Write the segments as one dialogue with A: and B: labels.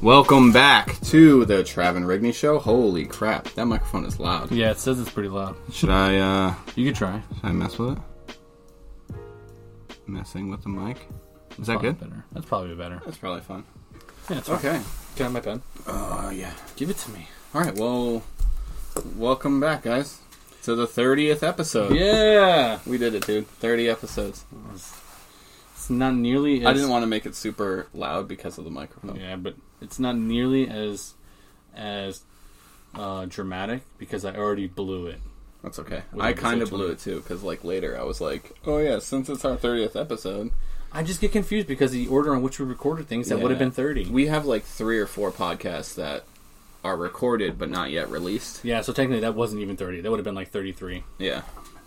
A: Welcome back to the Travin Rigney Show. Holy crap, that microphone is loud.
B: Yeah, it says it's pretty loud.
A: Should I uh
B: You could try.
A: should I mess with it? Messing with the mic? Is that
B: Probably
A: good?
B: Better. That's probably better.
A: That's probably fun.
B: Yeah, it's okay.
A: Okay.
B: Can I have my pen?
A: Oh yeah.
B: Give it to me.
A: Alright, well welcome back guys. To the thirtieth episode.
B: Yeah.
A: We did it, dude. Thirty episodes.
B: It's not nearly. As,
A: I didn't want to make it super loud because of the microphone.
B: Yeah, but it's not nearly as as uh, dramatic because I already blew it.
A: That's okay.
B: With
A: I
B: episode
A: kind of blew
B: 20.
A: it too, because like later I was like, "Oh yeah, since it's our thirtieth episode,
B: I just get confused because the order in which we recorded things that
A: Yeah.
B: would have been thirty.
A: We have like three or four podcasts that are recorded but not yet released.
B: yeah, so technically that wasn't even thirty. That would have been like thirty-three.
A: Yeah.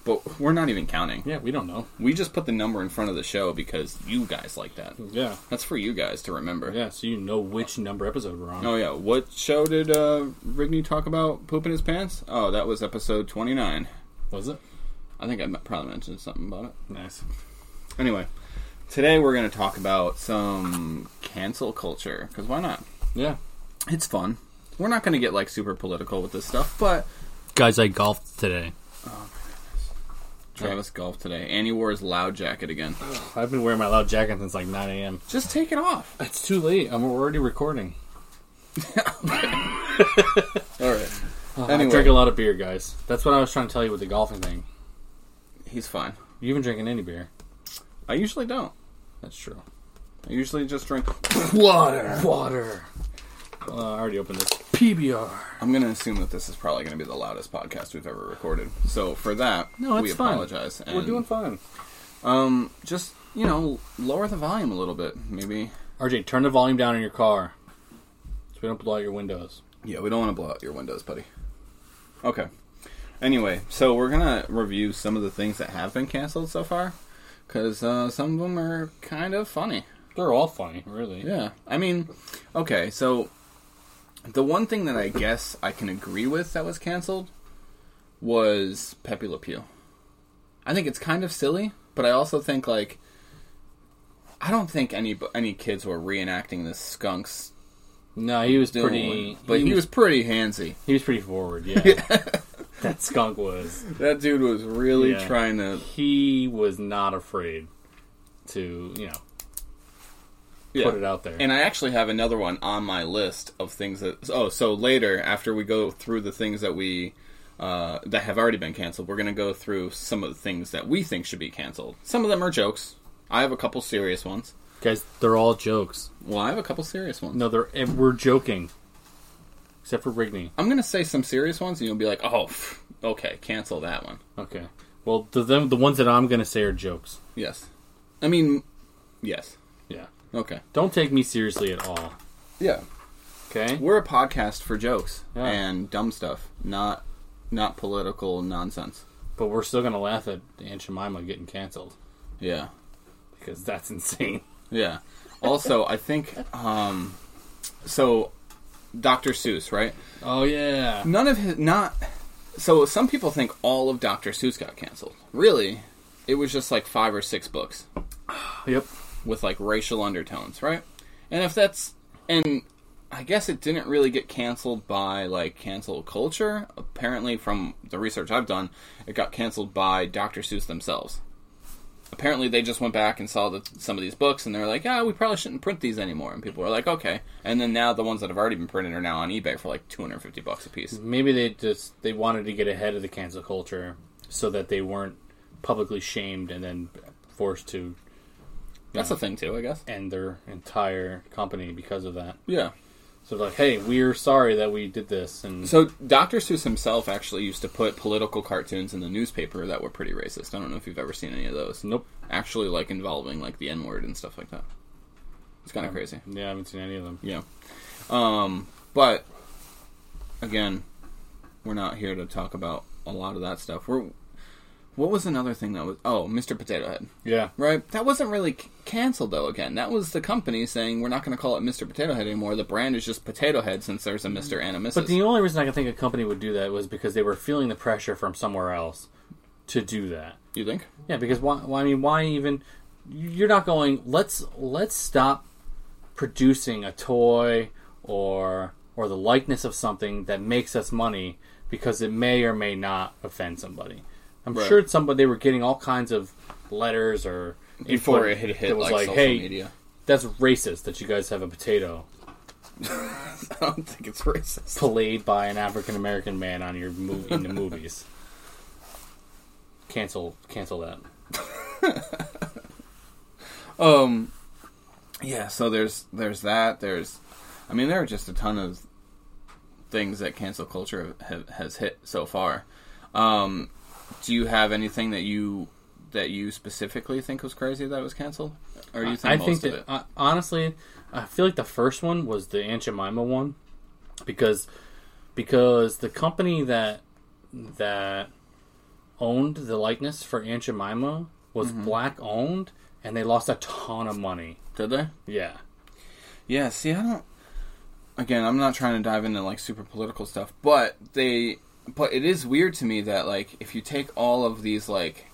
A: But we're not even counting.
B: Yeah, we don't know.
A: We just put the number in front of the show because you guys like that.
B: Yeah,
A: That's for you guys to remember.
B: yeah. So you know which number episode we're on.
A: Oh yeah, what show did uh, Rigney talk about pooping his pants? Oh, that was episode 29.
B: Was it
A: I think I m- probably mentioned something about it.
B: nice?
A: Anyway, today we're going to talk about some cancel culture because why not?
B: Yeah,
A: It's fun. We're not going to get like super political with this stuff, but
B: guys, I golfed today.
A: Travis golfed today, and he wore his loud jacket again.
B: I've been wearing my loud jacket since like 9 a.m.
A: Just take it off.
B: It's too late. I'm already recording.
A: All right.
B: I drink a lot of beer, guys. That's what I was trying to tell you with the golfing thing.
A: he's fine.
B: You haven't drinking any beer.
A: I usually don't.
B: That's true.
A: I usually just drink.
B: Water. Water. Uh, I already opened this. PBR.
A: I'm gonna assume that this is probably gonna be the loudest podcast we've ever recorded. So for that,
B: No,
A: we
B: it's fine.
A: apologize. And,
B: We're doing fine.
A: Um, just you know, lower the volume a little bit, maybe.
B: RJ, turn the volume down in your car so we don't blow out your windows.
A: Yeah, we don't want to blow out your windows, buddy. Okay. Anyway, so we're gonna review some of the things that have been canceled so far, because uh, some of them are kind of funny.
B: They're all funny, really.
A: Yeah. I mean, okay, so the one thing that I guess I can agree with that was canceled was Pepe Le Pew. I think it's kind of silly, but I also think like I don't think any any kids were reenacting this skunks
B: No, he was
A: doing,
B: pretty.
A: but he, was, pretty handsy.
B: He was pretty forward. Yeah. that skunk was.
A: That dude was really
B: Yeah.
A: trying to
B: He was not afraid to you know
A: yeah.
B: put it out there.
A: And I actually have another one on my list of things that. Oh, so later after we go through the things that we uh, that have already been canceled, we're gonna go through some of the things that we think should be canceled. Some of them are jokes. I have a couple serious ones.
B: Guys, they're all jokes.
A: Well, I have a couple serious ones.
B: No, they're and we're joking. Except for Rigney.
A: I'm gonna say some serious ones, and you'll be like, "Oh, pff, okay, cancel that one."
B: Okay. Well, the them, the ones that I'm gonna say are jokes.
A: Yes. I mean, yes.
B: Yeah.
A: Okay.
B: Don't take me seriously at all.
A: Yeah.
B: Okay.
A: We're a podcast for jokes
B: Yeah.
A: and dumb stuff, not not political nonsense.
B: But we're still gonna laugh at Aunt Jemima getting canceled
A: Yeah.
B: because that's insane.
A: Yeah. Also, I think um so Dr. Seuss, right?
B: Oh yeah.
A: None of his not so some people think all of Dr. Seuss got canceled. Really, it was just like 5 or 6 books
B: Yep.
A: with like racial undertones, right? And if that's and I guess it didn't really get canceled by like cancel culture. Apparently, from the research I've done, it got canceled by Dr. Seuss themselves. Apparently, they just went back and saw that some of these books, and they were like, "Ah, we probably shouldn't print these anymore." And people were like, "Okay." And then now the ones that have already been printed are now on eBay for like two hundred fifty bucks a piece.
B: Maybe they just they wanted to get ahead of the cancel culture so that they weren't publicly shamed and then forced to
A: That's a thing too, I guess.
B: end their entire company because of that.
A: Yeah.
B: So like, hey, we're sorry that we did this and
A: So Dr. Seuss himself actually used to put political cartoons in the newspaper that were pretty racist. I don't know if you've ever seen any of those.
B: nope.
A: Actually, like involving like the N word and stuff like that. It's kind of crazy.
B: Yeah, I haven't seen any of them.
A: Yeah. Um, but again, we're not here to talk about a lot of that stuff. We're what was another thing that was oh Mr. Potato Head
B: Yeah.
A: right that wasn't really c- canceled though again that was the company saying we're not going to call it Mr. Potato Head anymore the brand is just Potato Head since there's a Mr. and a Mrs.
B: But the only reason I can think a company would do that was because they were feeling the pressure from somewhere else to do that.
A: you think
B: Yeah, because why? why I mean, why even? You're not going. Let's let's stop producing a toy or or the likeness of something that makes us money because it may or may not offend somebody. I'm
A: Right.
B: sure somebody they were getting all kinds of letters or
A: before
B: input
A: it hit, hit
B: that was
A: like,
B: like,
A: social
B: hey,
A: media.
B: that's racist that you guys have a potato
A: I don't think it's racist.
B: played by an African American man on your movie in the movies. Cancel, cancel that.
A: Um, yeah. So there's there's that. There's, I mean, there are just a ton of things that cancel culture have, has hit so far. Um, do you have anything that you that you specifically think was crazy that was canceled, or do you think
B: I
A: most
B: think
A: of
B: that
A: it?
B: uh, honestly, I feel like the first one was the Aunt Jemima one, because because the company that that owned the likeness for Aunt Jemima was
A: Mm-hmm.
B: black owned, and they lost a ton of money.
A: Did they?
B: Yeah,
A: Yeah, see, I don't. Again, I'm not trying to dive into like super political stuff, but they, but it is weird to me that like if you take all of these like,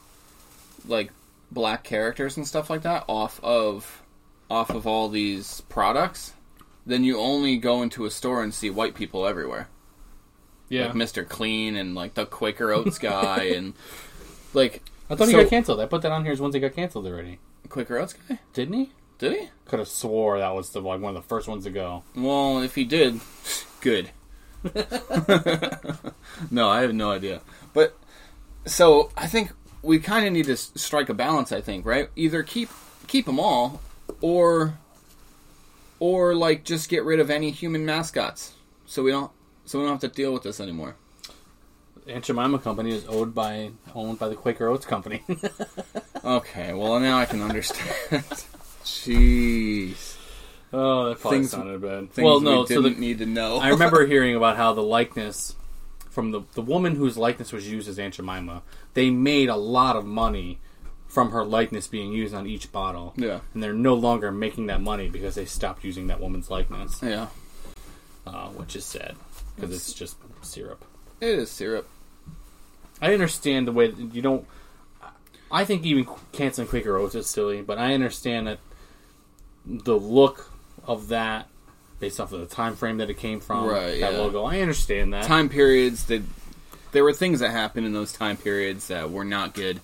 A: like black characters and stuff like that off of, off of all these products, then you only go into a store and see white people everywhere,
B: yeah.
A: like Mister Clean and like the Quaker Oats guy and, like
B: I thought he
A: so-
B: got canceled. I put that on here as ones that got canceled already,
A: Quaker Oats guy.
B: didn't he?
A: Did he?
B: Could have swore that was the like one of the first ones to go.
A: Well, if he did, good. no, I have no idea. But so I think we kind of need to s- strike a balance. I think right, either keep keep them all, or or like just get rid of any human mascots, so we don't so we don't have to deal with this anymore.
B: Aunt Jemima Company is owned by owned by the Quaker Oats Company.
A: Okay, well now I can understand. Jeez,
B: oh, that probably
A: Things-
B: sounded bad.
A: things
B: well, no,
A: we
B: so
A: didn't
B: the,
A: need to know.
B: I remember hearing about how the likeness from the the woman whose likeness was used as Aunt Jemima, they made a lot of money from her likeness being used on each bottle.
A: Yeah.
B: and they're no longer making that money because they stopped using that woman's likeness,
A: yeah,
B: uh, which is sad because it's just syrup.
A: it is syrup.
B: I understand the way that you don't. I think even canceling Quaker Oats is silly, but I understand that the look of that, based off of the time frame that it came from,
A: Right,
B: that
A: yeah.
B: logo. I understand that.
A: time periods that there were things that happened in those time periods that were not good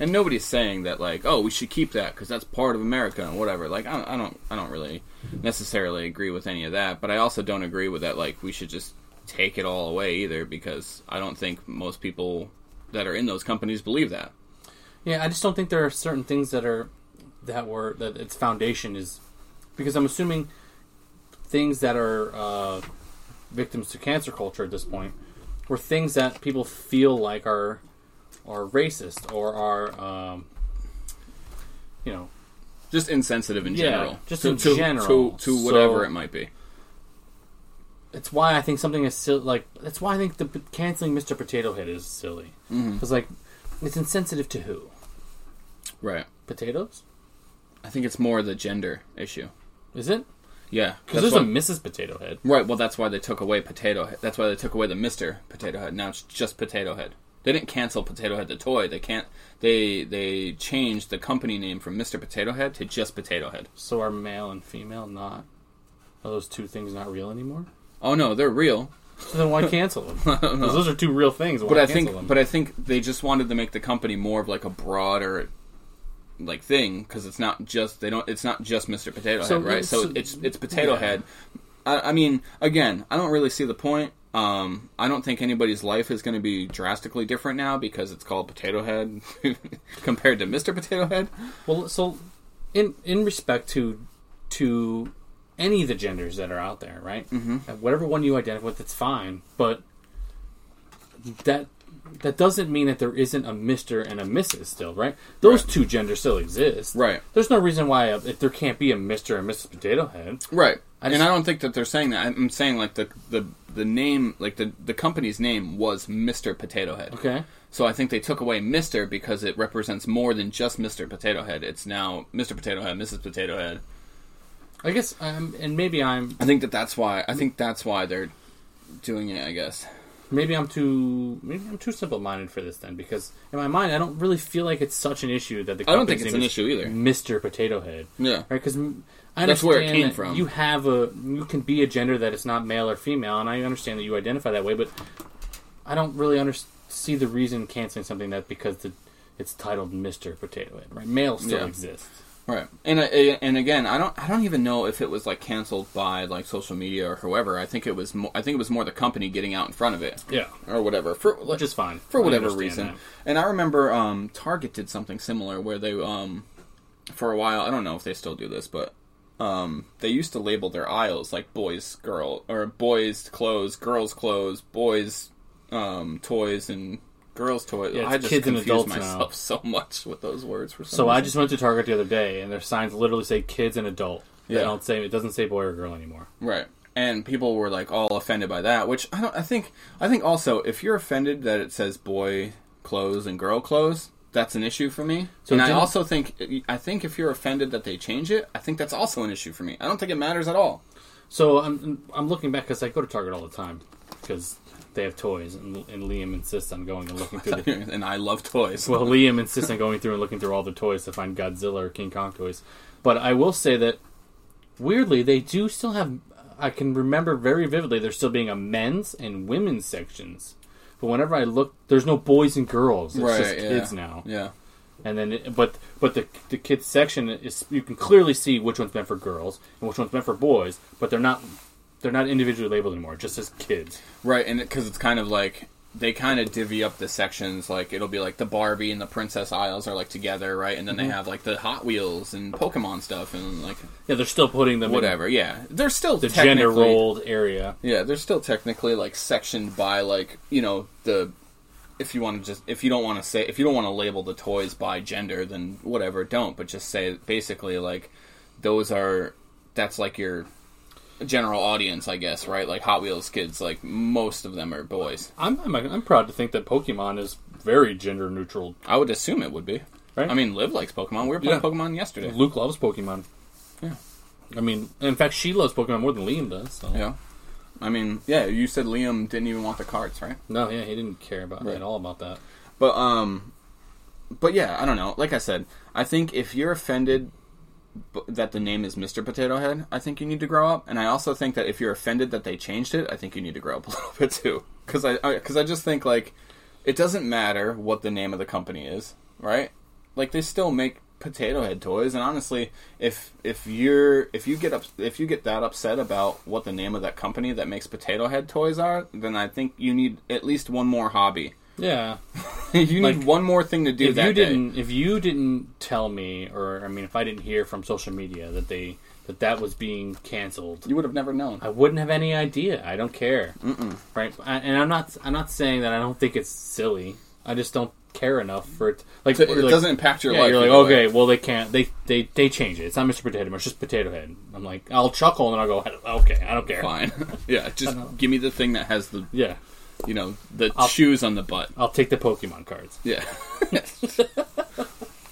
A: and nobody's saying that like oh we should keep that because that's part of america and whatever like I, I don't i don't really necessarily agree with any of that but i also don't agree with that like we should just take it all away either because i don't think most people that are in those companies believe that
B: Yeah, I just don't think there are certain things that are that were that its foundation is because I'm assuming things that are uh, victims to cancer culture at this point were things that people feel like are are racist or are um, you know
A: just insensitive in
B: Yeah,
A: general
B: just
A: to,
B: in
A: to-
B: general.
A: to, to whatever
B: So-
A: it might be
B: it's why I think something is silly. Like that's why I think the p- canceling Mr. Potato Head is silly.
A: Mm-hmm.
B: It's like it's insensitive to who
A: right
B: potatoes
A: i think it's more the gender issue
B: is it
A: yeah
B: because
A: that's
B: there's
A: why-
B: a Mrs. Potato Head.
A: Right. Well, that's why they took away Potato. Head. That's why they took away the Mister Potato Head. Now it's just Potato Head. They didn't cancel Potato Head the toy. They can't. They they changed the company name from Mister Potato Head to just Potato Head.
B: So are male and female not? Are those two things not real anymore?
A: Oh no, they're real.
B: So then why cancel them? 'Cause those are two real things. Why
A: But I
B: cancel
A: think
B: them?
A: but I think they just wanted to make the company more of like a broader like thing because it's not just they don't it's not just Mr. Potato
B: So
A: Head, right?
B: it's-
A: So it's it's Potato
B: yeah.
A: Head. I, I mean, again, I don't really see the point. Um, I don't think anybody's life is going to be drastically different now because it's called Potato Head compared to Mr. Potato Head.
B: well, so in in respect to to any of the genders that are out there, right? Mm-hmm. Whatever one you identify with, it's fine. But that that doesn't mean that there isn't a Mister and a Mrs. Still, right? Those two genders still exist,
A: Right.
B: There's no reason why uh if there can't be a Mister and Mrs. Potato Head.
A: Right. and
B: just-
A: I don't think that they're saying that. I'm saying like the the the name, like the the company's name was Mr. Potato Head.
B: Okay.
A: So I think they took away Mister because it represents more than just Mister Potato Head. It's now Mister Potato Head, Mrs. Potato Head.
B: I guess, um, and maybe I'm
A: I think that that's why. I think that's why they're doing it. I guess.
B: maybe I'm too maybe I'm too simple minded for this then because in my mind I don't really feel like it's such an issue that the
A: I don't think
B: company's
A: it's
B: name
A: an
B: is
A: issue either.
B: Mr. Potato Head.
A: Yeah.
B: Right, because I
A: That's where it
B: understand
A: came
B: that
A: from.
B: You have a you can be a gender that it's not male or female, and I understand that you identify that way, but I don't really under- see the reason canceling something that because the, it's titled Mister Potato Head. Right, male still
A: Yeah.
B: exists.
A: Right, and I- I- and again, I don't I don't even know if it was like canceled by like social media or whoever. I think it was mo- I think it was more the company getting out in front of it
B: Yeah,
A: or whatever for
B: which is fine
A: for
B: I
A: whatever
B: understand
A: reason.
B: that.
A: And I remember um, Target did something similar where they um, for a while I don't know if they still do this, but um, they used to label their aisles like boys, girl, or boys clothes, girls clothes, boys um, toys, and girls toys.
B: Yeah, it's
A: I just
B: kids and
A: confuse
B: adults now.
A: myself so much with those words. For some
B: So I
A: reason.
B: just went to Target the other day, and their signs literally say "kids" and "adult." They
A: Yeah.
B: don't say it doesn't say boy or girl anymore.
A: Right. And people were like all offended by that, which I don't I think I think also if you're offended that it says boy clothes and girl clothes, that's an issue for me.
B: So
A: and I
B: didn't-
A: also think I think if you're offended that they change it, I think that's also an issue for me. I don't think it matters at all.
B: So I'm I'm looking back because I go to Target all the time because they have toys, and, and Liam insists on going and looking through the
A: and I love toys.
B: Well, Liam insists on going through and looking through all the toys to find Godzilla or King Kong toys. But I will say that weirdly, they do still have. I can remember very vividly there still being a men's and women's sections. But whenever I look, there's no boys and girls. It's just
A: yeah.
B: kids now.
A: Yeah.
B: And then, it, but but the the kids section is you can clearly see which one's meant for girls and which one's meant for boys. But they're not they're not individually labeled anymore. Just as kids.
A: Right, and because it's kind of like they kind of divvy up the sections. Like it'll be like the Barbie and the princess aisles are like together, right? And then
B: Mm-hmm.
A: they have like the Hot Wheels and Pokemon stuff and like
B: Yeah, they're still putting them
A: whatever. Yeah, they're still
B: in the gender
A: technically-
B: rolled area.
A: Yeah, they're still technically like sectioned by like you know the if you want to just if you don't want to say if you don't want to label the toys by gender then whatever don't but just say basically like those are that's like your general audience I guess right like Hot Wheels kids like most of them are boys
B: I'm, I'm I'm proud to think that Pokemon is very gender neutral.
A: I would assume it would be
B: Right.
A: I mean Liv likes Pokemon we were playing
B: Yeah.
A: Pokemon yesterday
B: Luke loves Pokemon.
A: Yeah.
B: I mean, in fact, she loves Pokemon more than Liam does. So.
A: yeah I mean yeah you said Liam didn't even want the cards right
B: No, yeah, he didn't care about
A: Right.
B: at all about that.
A: But um, but yeah, I don't know. Like I said, I think if you're offended b- that the name is Mr. Potato Head, I think you need to grow up. And I also think that if you're offended that they changed it, I think you need to grow up a little bit too. Because I because I, just think like it doesn't matter what the name of the company is, right? Like they still make potato head toys and honestly if if you're if you get up if you get that upset about what the name of that company that makes potato head toys are then i think you need at least one more hobby
B: Yeah.
A: you
B: Like,
A: need one more thing to do
B: if
A: that
B: you
A: day.
B: didn't, if you didn't tell me, or I mean, if I didn't hear from social media that they that that was being canceled,
A: you would have never known.
B: I wouldn't have any idea. I don't care, Mm-mm. right? I, and I'm not I'm not saying that I don't think it's silly. I just don't care enough for it. Like
A: It,
B: like-
A: doesn't impact your
B: Yeah,
A: life.
B: you're like,
A: either way.
B: okay, well they can't. They they they change it. It's not Mr. Potato Head. It's just Potato Head. I'm like, I'll chuckle and I'll go, okay, I don't care.
A: fine. yeah, just give me the thing that has the
B: Yeah,
A: you know the shoes on the butt.
B: I'll take the Pokemon cards.
A: Yeah.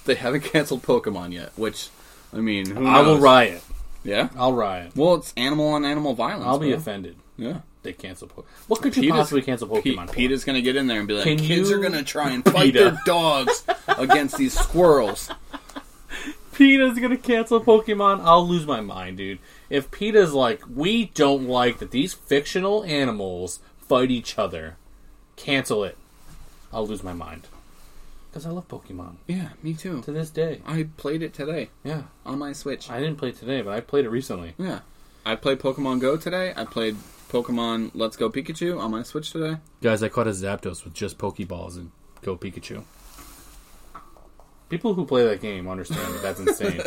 A: they haven't canceled Pokemon yet, which I mean, who
B: I will
A: knows?
B: riot.
A: Yeah.
B: I'll riot.
A: Well, it's animal on animal violence.
B: I'll be
A: bro.
B: offended.
A: yeah.
B: They cancel. Po- what could you
A: PETA's-
B: possibly cancel
A: Pete,
B: Pokemon? for?
A: Peter's gonna get in there and be like,
B: Can
A: kids
B: you-
A: are gonna try and fight their dogs against these squirrels.
B: PETA's gonna cancel Pokemon. I'll lose my mind, dude. If PETA's like, we don't like that these fictional animals fight each other, cancel it. I'll lose my mind. Because I love Pokemon
A: Yeah, me too.
B: to this day.
A: I played it today
B: Yeah.
A: on my Switch.
B: I didn't play it today, but I played it recently.
A: Yeah. I played Pokemon Go today. I played Pokemon Let's Go Pikachu on my Switch today.
B: Guys, I caught a Zapdos with just Pokeballs and Go Pikachu. People who play that game understand that that's insane.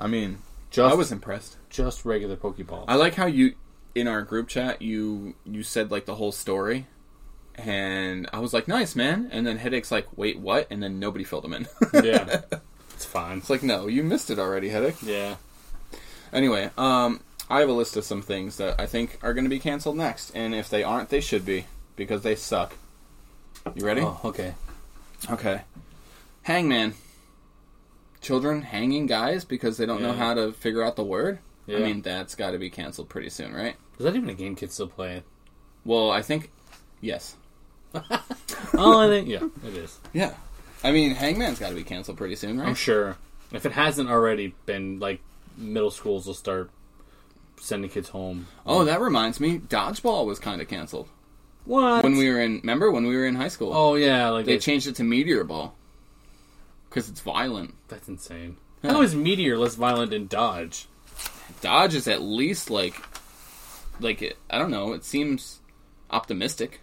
A: I mean,
B: Just
A: I was impressed.
B: just regular Pokeballs.
A: I like how you in our group chat you you said like the whole story and I was like, "Nice, man." And then Headache's like, "Wait, what?" And then nobody filled him in. it's
B: yeah, it's fine.
A: like, "No, you missed it already, Headache."
B: Yeah,
A: Anyway, um I have a list of some things that I think are going to be canceled next, and if they aren't, they should be because they suck. You ready?
B: Oh, okay.
A: Okay. Hangman. Children hanging guys because they don't know
B: Yeah.
A: how to figure out the word.
B: Yeah.
A: I mean, that's got to be canceled pretty soon, right?
B: Is that even a game kids still play?
A: Well, I think yes.
B: Oh, I think yeah, it is.
A: Yeah. I mean, Hangman's got to be canceled pretty soon, right?
B: I'm sure if it hasn't already been, like middle schools will start sending kids home.
A: Oh, that reminds me, dodgeball was kind of canceled
B: What?
A: when we were in. Remember when we were in high school?
B: oh yeah, like
A: they
B: they
A: changed it to meteor ball because it's violent.
B: that's insane. How is meteor less violent than dodge?
A: Dodge is at least like, like it, I don't know. It seems optimistic.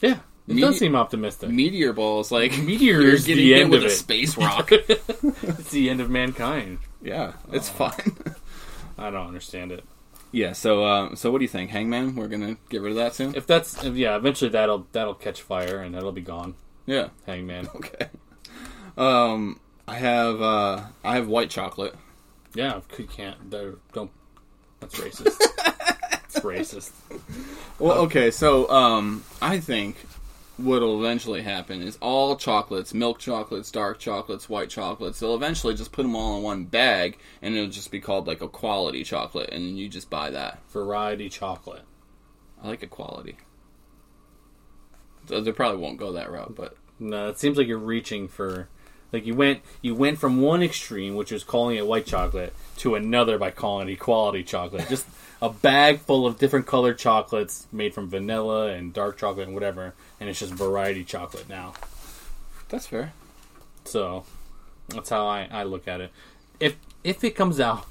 B: Yeah, it
A: Mete-
B: does seem optimistic.
A: Meteor ball is like
B: Meteor
A: you're
B: is
A: getting
B: the
A: hit
B: end
A: with
B: of
A: a
B: it.
A: space rock.
B: it's the end of mankind.
A: yeah, it's fun.
B: I don't understand it.
A: yeah. So, uh, so what do you think, Hangman? We're gonna get rid of that soon.
B: If that's if- yeah, eventually that'll that'll catch fire and that'll be gone.
A: Yeah.
B: Hangman.
A: Okay. Um, I have uh, I have white chocolate.
B: Yeah, if you can't. they're- Don't. That's racist. it's racist.
A: Well, okay, so um, I think what'll eventually happen is all chocolates, milk chocolates, dark chocolates, white chocolates, they'll eventually just put them all in one bag, and it'll just be called like a quality chocolate, and then you just buy that.
B: Variety chocolate.
A: I like a quality. Th- They probably won't go that route, but
B: No, it seems like you're reaching for. Like you went, you went from one extreme, which was calling it white chocolate, to another by calling it quality chocolate. Just a bag full of different colored chocolates made from vanilla and dark chocolate and whatever, and it's just variety chocolate now.
A: that's fair.
B: So that's how I, I look at it. If if it comes out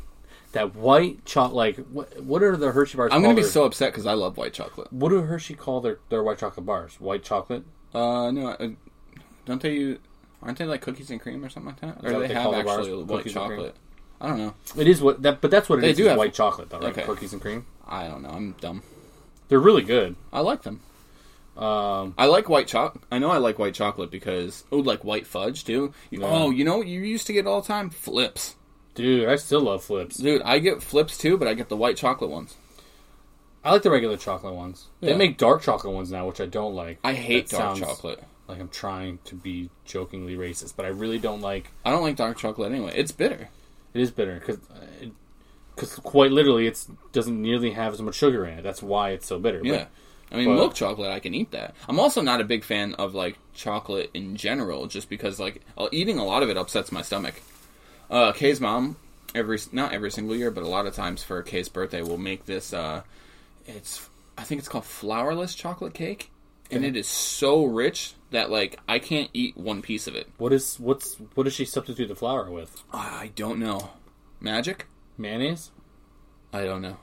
B: that white chocolate, like what what are the Hershey bars?
A: I'm gonna
B: called?
A: be
B: They're-
A: so upset because I love white chocolate.
B: What do Hershey call their, their white chocolate bars? White chocolate?
A: Uh, no, I, don't they? u- Aren't they like cookies and cream or something like that?
B: that
A: Or
B: what
A: they,
B: they
A: have
B: call the bars?
A: actually white
B: Cookies and cream?
A: chocolate? I don't know.
B: It is what that, but that's what it is.
A: They do
B: is
A: have-
B: white chocolate though, right?
A: Okay.
B: Cookies and cream.
A: I don't know. I'm dumb.
B: They're really good.
A: I like them.
B: Um,
A: I like white chocolate. I know I like white chocolate because oh, like white fudge too. You-
B: Yeah.
A: Oh, you know what you used to get all the time? Flips,
B: dude, I still love flips.
A: dude. I get flips too, but I get the white chocolate ones.
B: I like the regular chocolate ones.
A: Yeah.
B: They make dark chocolate ones now, which I don't like.
A: I hate
B: That
A: dark
B: sounds
A: chocolate.
B: Like I'm trying to be jokingly racist, but I really don't like.
A: I don't like dark chocolate anyway. It's bitter.
B: It is bitter because, because quite literally, it doesn't nearly have as much sugar in it. That's why it's so bitter.
A: Yeah. I mean,
B: but-
A: milk chocolate, I can eat that. I'm also not a big fan of like chocolate in general, just because like uh, eating a lot of it upsets my stomach. Uh, Kay's mom, every not every single year, but a lot of times for Kay's birthday, will make this. Uh, it's I think it's called flourless chocolate cake, and it is so rich that like I can't eat one piece of it.
B: What is what's what does she substitute the flour with?
A: I don't know. Magic?
B: Mayonnaise?
A: I don't know.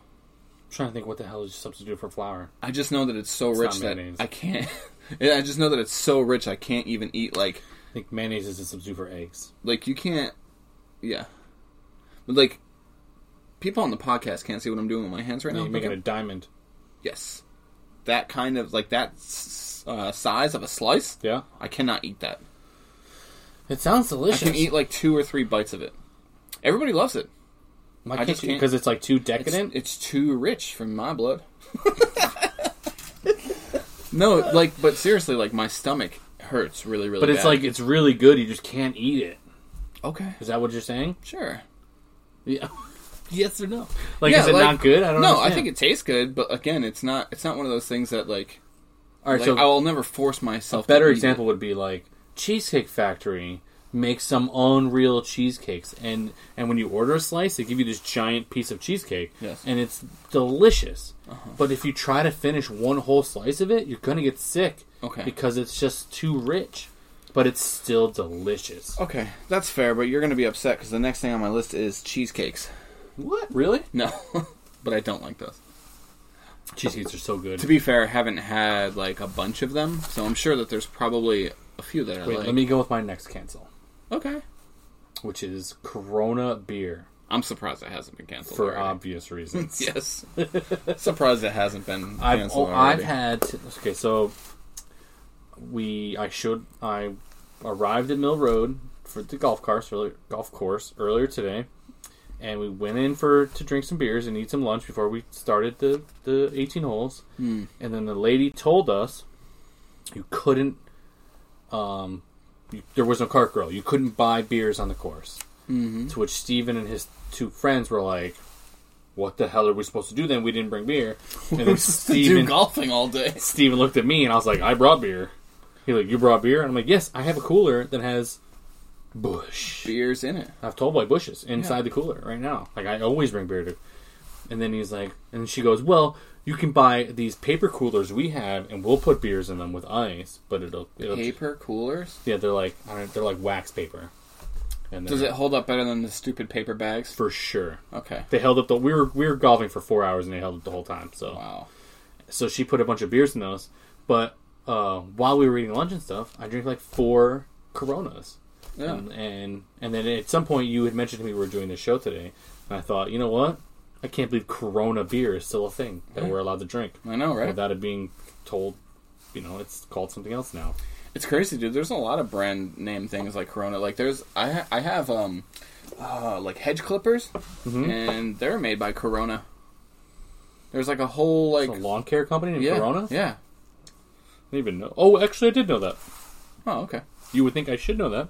B: I'm trying to think what the hell is substitute for flour.
A: I just know that it's so rich
B: not
A: that
B: mayonnaise.
A: I can't. I just know that it's so rich I can't even eat like
B: I think mayonnaise is a substitute for eggs.
A: Like you can't, yeah. But like, people on the podcast can't see what I'm doing with my hands right now.
B: You're making a
A: Okay.
B: diamond.
A: Yes, that kind of like that s- uh, size of a slice.
B: Yeah.
A: I cannot eat that.
B: It sounds
A: I
B: delicious.
A: can eat like two or three bites of it. Everybody loves it.
B: Why
A: I
B: can't
A: just
B: you?
A: can't-
B: Because it's like too
A: It's,
B: decadent.
A: it's too rich for my blood. no, like, but seriously, like my stomach hurts really, really.
B: but it's
A: bad.
B: like it's really good. You just can't eat it.
A: okay,
B: Is that what you're saying?
A: sure.
B: Yeah. yes or no? Like,
A: Yeah,
B: is it
A: like-
B: not good? I don't.
A: No,
B: understand.
A: I think it tastes good, but again, it's not. It's not one of those things that like
B: All right.
A: Like,
B: so
A: I will never force myself. to
B: better
A: eat
B: example would be like Cheesecake Factory makes some unreal cheesecakes, and and when you order a slice, they give you this giant piece of cheesecake,
A: Yes. Uh-huh.
B: and it's delicious. But if you try to finish one whole slice of it, you're gonna get sick,
A: Okay.
B: because it's just too rich. But it's still delicious.
A: it. Okay, that's fair, but you're going to be upset because the next thing on my list is cheesecakes.
B: What really?
A: No, but I don't like those.
B: Cheesecakes are so good.
A: To be fair, I haven't had like a bunch of them, so I'm sure that there's probably a few that I
B: Wait,
A: like.
B: let me go with my next cancel,
A: Okay,
B: which is Corona beer
A: I'm surprised it hasn't been canceled.
B: for
A: already.
B: obvious reasons.
A: yes, surprised it hasn't been
B: I've
A: canceled.
B: oh, I've
A: already.
B: had okay, so we I should I arrived at Mill Road for the golf course earlier, golf course earlier today, and we went in for to drink some beers and eat some lunch before we started the the eighteen holes,
A: Hmm.
B: and then the lady told us you couldn't um you, there was no cart girl you couldn't buy beers on the course. Mm-hmm. To which Steven and his two friends were like, what the hell are we supposed to do then? We didn't bring beer. And
A: We're
B: then
A: supposed to do
B: Steven,
A: golfing all day.
B: Steven looked at me and I was like, I brought beer. He's like, You brought beer? And I'm like, Yes, I have a cooler that has Bush.
A: Beers in it.
B: I've told Boy Bush is inside the cooler right now. Like, I always bring beer to. And then he's like, And she goes, Well, you can buy these paper coolers we have and we'll put beers in them with ice, but it'll. it'll
A: Paper coolers.
B: yeah, they're like, I don't, they're like wax paper. And
A: Does
B: they're-
A: it hold up better than the stupid paper bags?
B: For sure.
A: Okay.
B: They held up the we were we were golfing for four hours and they held up the whole time. So
A: Wow.
B: so she put a bunch of beers in those. But uh, while we were eating lunch and stuff, I drank like four Coronas.
A: Yeah.
B: And, and and then at some point you had mentioned to me we were doing this show today, and I thought, you know what? I can't believe Corona beer is still a thing that we're allowed to drink
A: I know, right?
B: without it being told. You know, it's called something else now.
A: It's crazy, dude. There's a lot of brand name things like Corona. Like there's, I ha- I have um, uh, like hedge clippers,
B: Mm-hmm.
A: and they're made by Corona. There's like a whole like
B: A lawn care company named
A: yeah,
B: Corona.
A: Yeah.
B: I didn't even know. Oh, actually, I did know that.
A: Oh, okay.
B: You would think I should know that.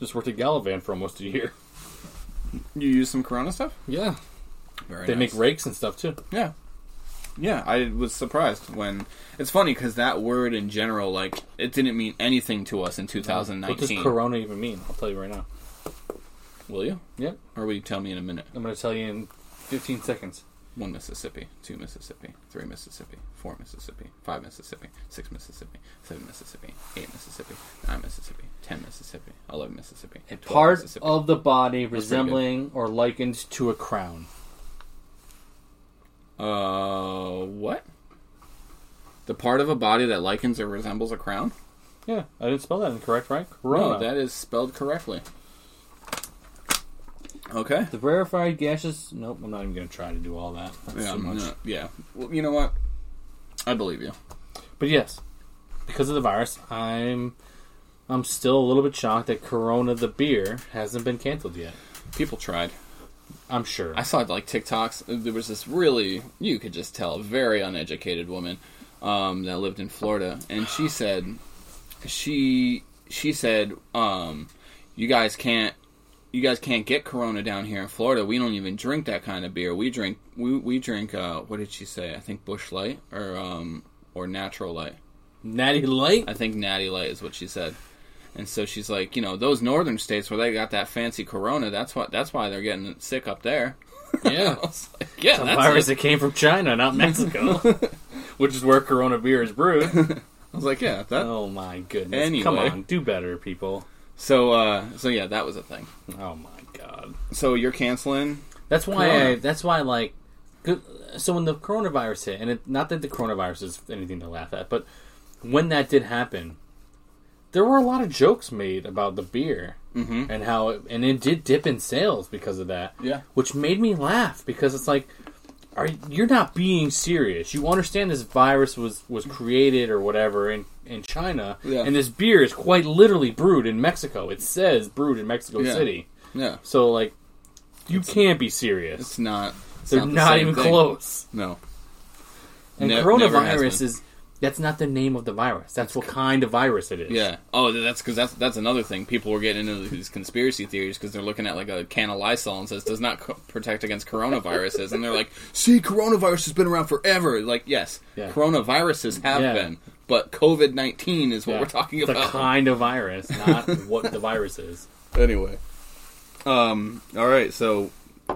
B: Just worked at Galavan for almost a year.
A: You use some Corona stuff?
B: Yeah.
A: Very.
B: They
A: nice.
B: make rakes and stuff too.
A: Yeah. Yeah, I was surprised when it's funny because that word in general, like, it didn't mean anything to us in
B: What does
A: 2019.
B: Corona even mean? I'll tell you right now.
A: Will you?
B: Yep.
A: Or will you tell me in a minute?
B: I'm going to tell you in 15 seconds.
A: One Mississippi, two Mississippi, three Mississippi, four Mississippi, five Mississippi, six Mississippi, seven Mississippi, eight Mississippi, nine Mississippi, ten Mississippi, eleven Mississippi,
B: A
A: 12
B: part
A: Mississippi.
B: of the body
A: pretty good.
B: resembling or likened to a crown.
A: uh, what? The part of a body that likens or resembles a crown?
B: Yeah, I didn't spell that incorrect, right?
A: No,
B: Corona.
A: that is spelled correctly. Okay.
B: the rarefied gaseous. Nope, I'm not even going to try to do all that. That's
A: Yeah,
B: too much.
A: no, yeah. Well, you know what? I believe you.
B: But yes, because of the virus, I'm. I'm still a little bit shocked that Corona the beer hasn't been canceled yet.
A: People tried.
B: I'm sure.
A: I saw like TikToks. uh, There was this really, you could just tell, very uneducated woman um, that lived in Florida, and she said, she she said, um, you guys can't. You guys can't get Corona down here in Florida. We don't even drink that kind of beer. We drink we, we drink uh, what did she say? I think Bush Light or um, or Natural Light.
B: Natty Light.
A: I think Natty Light is what she said. And so she's like, you know, those northern states where they got that fancy Corona, that's what that's why they're getting sick up there.
B: Yeah.
A: I was like, yeah,
B: A
A: that's
B: virus
A: it.
B: that came from China, not Mexico, which is where Corona beer is brewed.
A: I was like, yeah, that.
B: Oh my goodness!
A: Anyway.
B: Come on, do better, people.
A: So, uh, so yeah, that was a thing.
B: Oh my god!
A: So you're canceling.
B: That's why.
A: Corona.
B: I, that's why. Like, good, so when the coronavirus hit, and it, not that the coronavirus is anything to laugh at, but when that did happen, there were a lot of jokes made about the beer and how, it, and it did dip in sales because of that.
A: Mm-hmm. Yeah.
B: which made me laugh because it's like. Are, you're not being serious. You understand this virus was, was created or whatever in, in China,
A: Yeah.
B: and this beer is quite literally brewed in Mexico. It says brewed in Mexico
A: Yeah.
B: City.
A: Yeah,
B: So like, you can't be serious.
A: it's not. It's
B: They're
A: the
B: not,
A: same
B: even
A: thing.
B: close.
A: No.
B: And
A: Ne- never has
B: coronavirus
A: been.
B: is that's not the name of the virus. That's what kind of virus it is.
A: Yeah. Oh, that's because that's that's another thing. People were getting into these conspiracy theories because they're looking at like a can of Lysol and says does not co- protect against coronaviruses, and they're like, "See, coronavirus has been around forever." Like, yes,
B: Yeah.
A: coronaviruses have
B: Yeah.
A: been, but COVID nineteen is what
B: Yeah.
A: we're talking
B: the
A: about.
B: kind of virus, not what the virus is.
A: Anyway, um, all right, so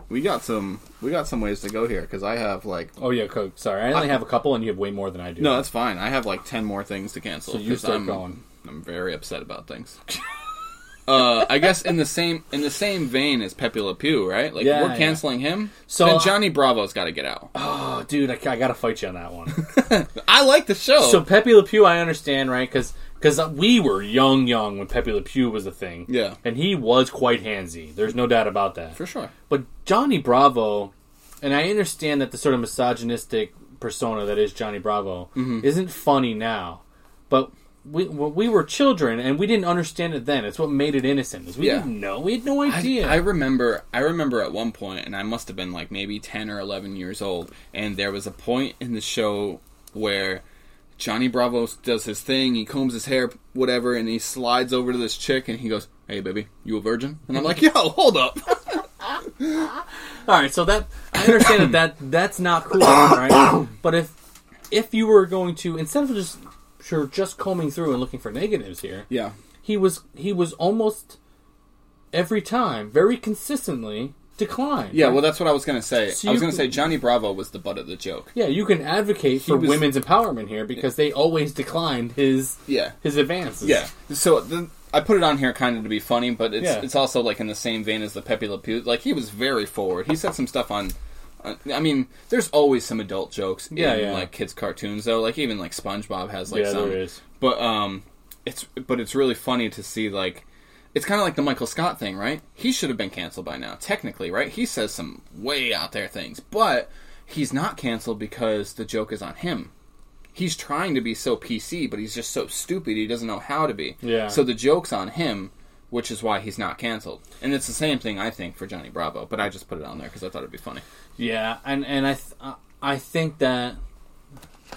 A: we got some we got some ways to go here because I have like
B: Oh yeah, Coke. Sorry, I only have a couple, and you have way more than I do.
A: no, that's fine. I have like ten more things to cancel.
B: So you
A: 'cause
B: start
A: I'm,
B: going.
A: I'm very upset about things. uh, I guess in the same in the same vein as Pepe Le Pew, right? Like
B: Yeah,
A: we're
B: yeah.
A: canceling him.
B: So-
A: So then Johnny Bravo's got to get out.
B: oh, dude, I, I gotta fight you on that one.
A: I like the show.
B: so Pepe Le Pew, I understand, right? Because we were young, young when Pepe Le Pew was a thing.
A: Yeah.
B: and he was quite handsy. There's no doubt about that.
A: for sure.
B: But Johnny Bravo, and I understand that the sort of misogynistic persona that is Johnny Bravo
A: Mm-hmm.
B: isn't funny now, but we when we were children and we didn't understand it then. It's what made it innocent. Is we
A: Yeah.
B: didn't know. We had no
A: I,
B: idea.
A: I remember I remember at one point and I must have been like maybe 10 or 11 years old and there was a point in the show where Johnny Bravo does his thing, he combs his hair whatever and he slides over to this chick and he goes, "Hey baby, you a virgin?" And I'm like, "Yo, hold up."
B: All right, so that I understand that, that that's not cool, right? But if if you were going to instead of just sure just combing through and looking for negatives here,
A: Yeah.
B: he was he was almost every time very consistently declined.
A: Yeah, well, that's what I was going to say.
B: So
A: I was going
B: you can-
A: to say Johnny Bravo was the butt of the joke.
B: Yeah, you can advocate for
A: was-
B: women's empowerment here because they always declined his
A: Yeah.
B: his advances.
A: Yeah. So the, I put it on here kind of to be funny, but it's
B: Yeah.
A: it's also like in the same vein as the Pepe Le Pew. Like he was very forward. He said some stuff on. on- I mean, there's always some adult jokes
B: Yeah,
A: in
B: yeah.
A: like kids' cartoons though. Like even like SpongeBob has like
B: Yeah,
A: some.
B: there is.
A: But um, it's but it's really funny to see like. It's kind of like the Michael Scott thing, right? He should have been canceled by now, technically, right? He says some way out there things, but he's not canceled because the joke is on him he's trying to be so PC, but he's just so stupid he doesn't know how to be.
B: Yeah.
A: So the joke's on him, which is why he's not canceled. And it's the same thing I think for Johnny Bravo, but I just put it on there because I thought it'd be funny.
B: Yeah, and and I th- uh, I think that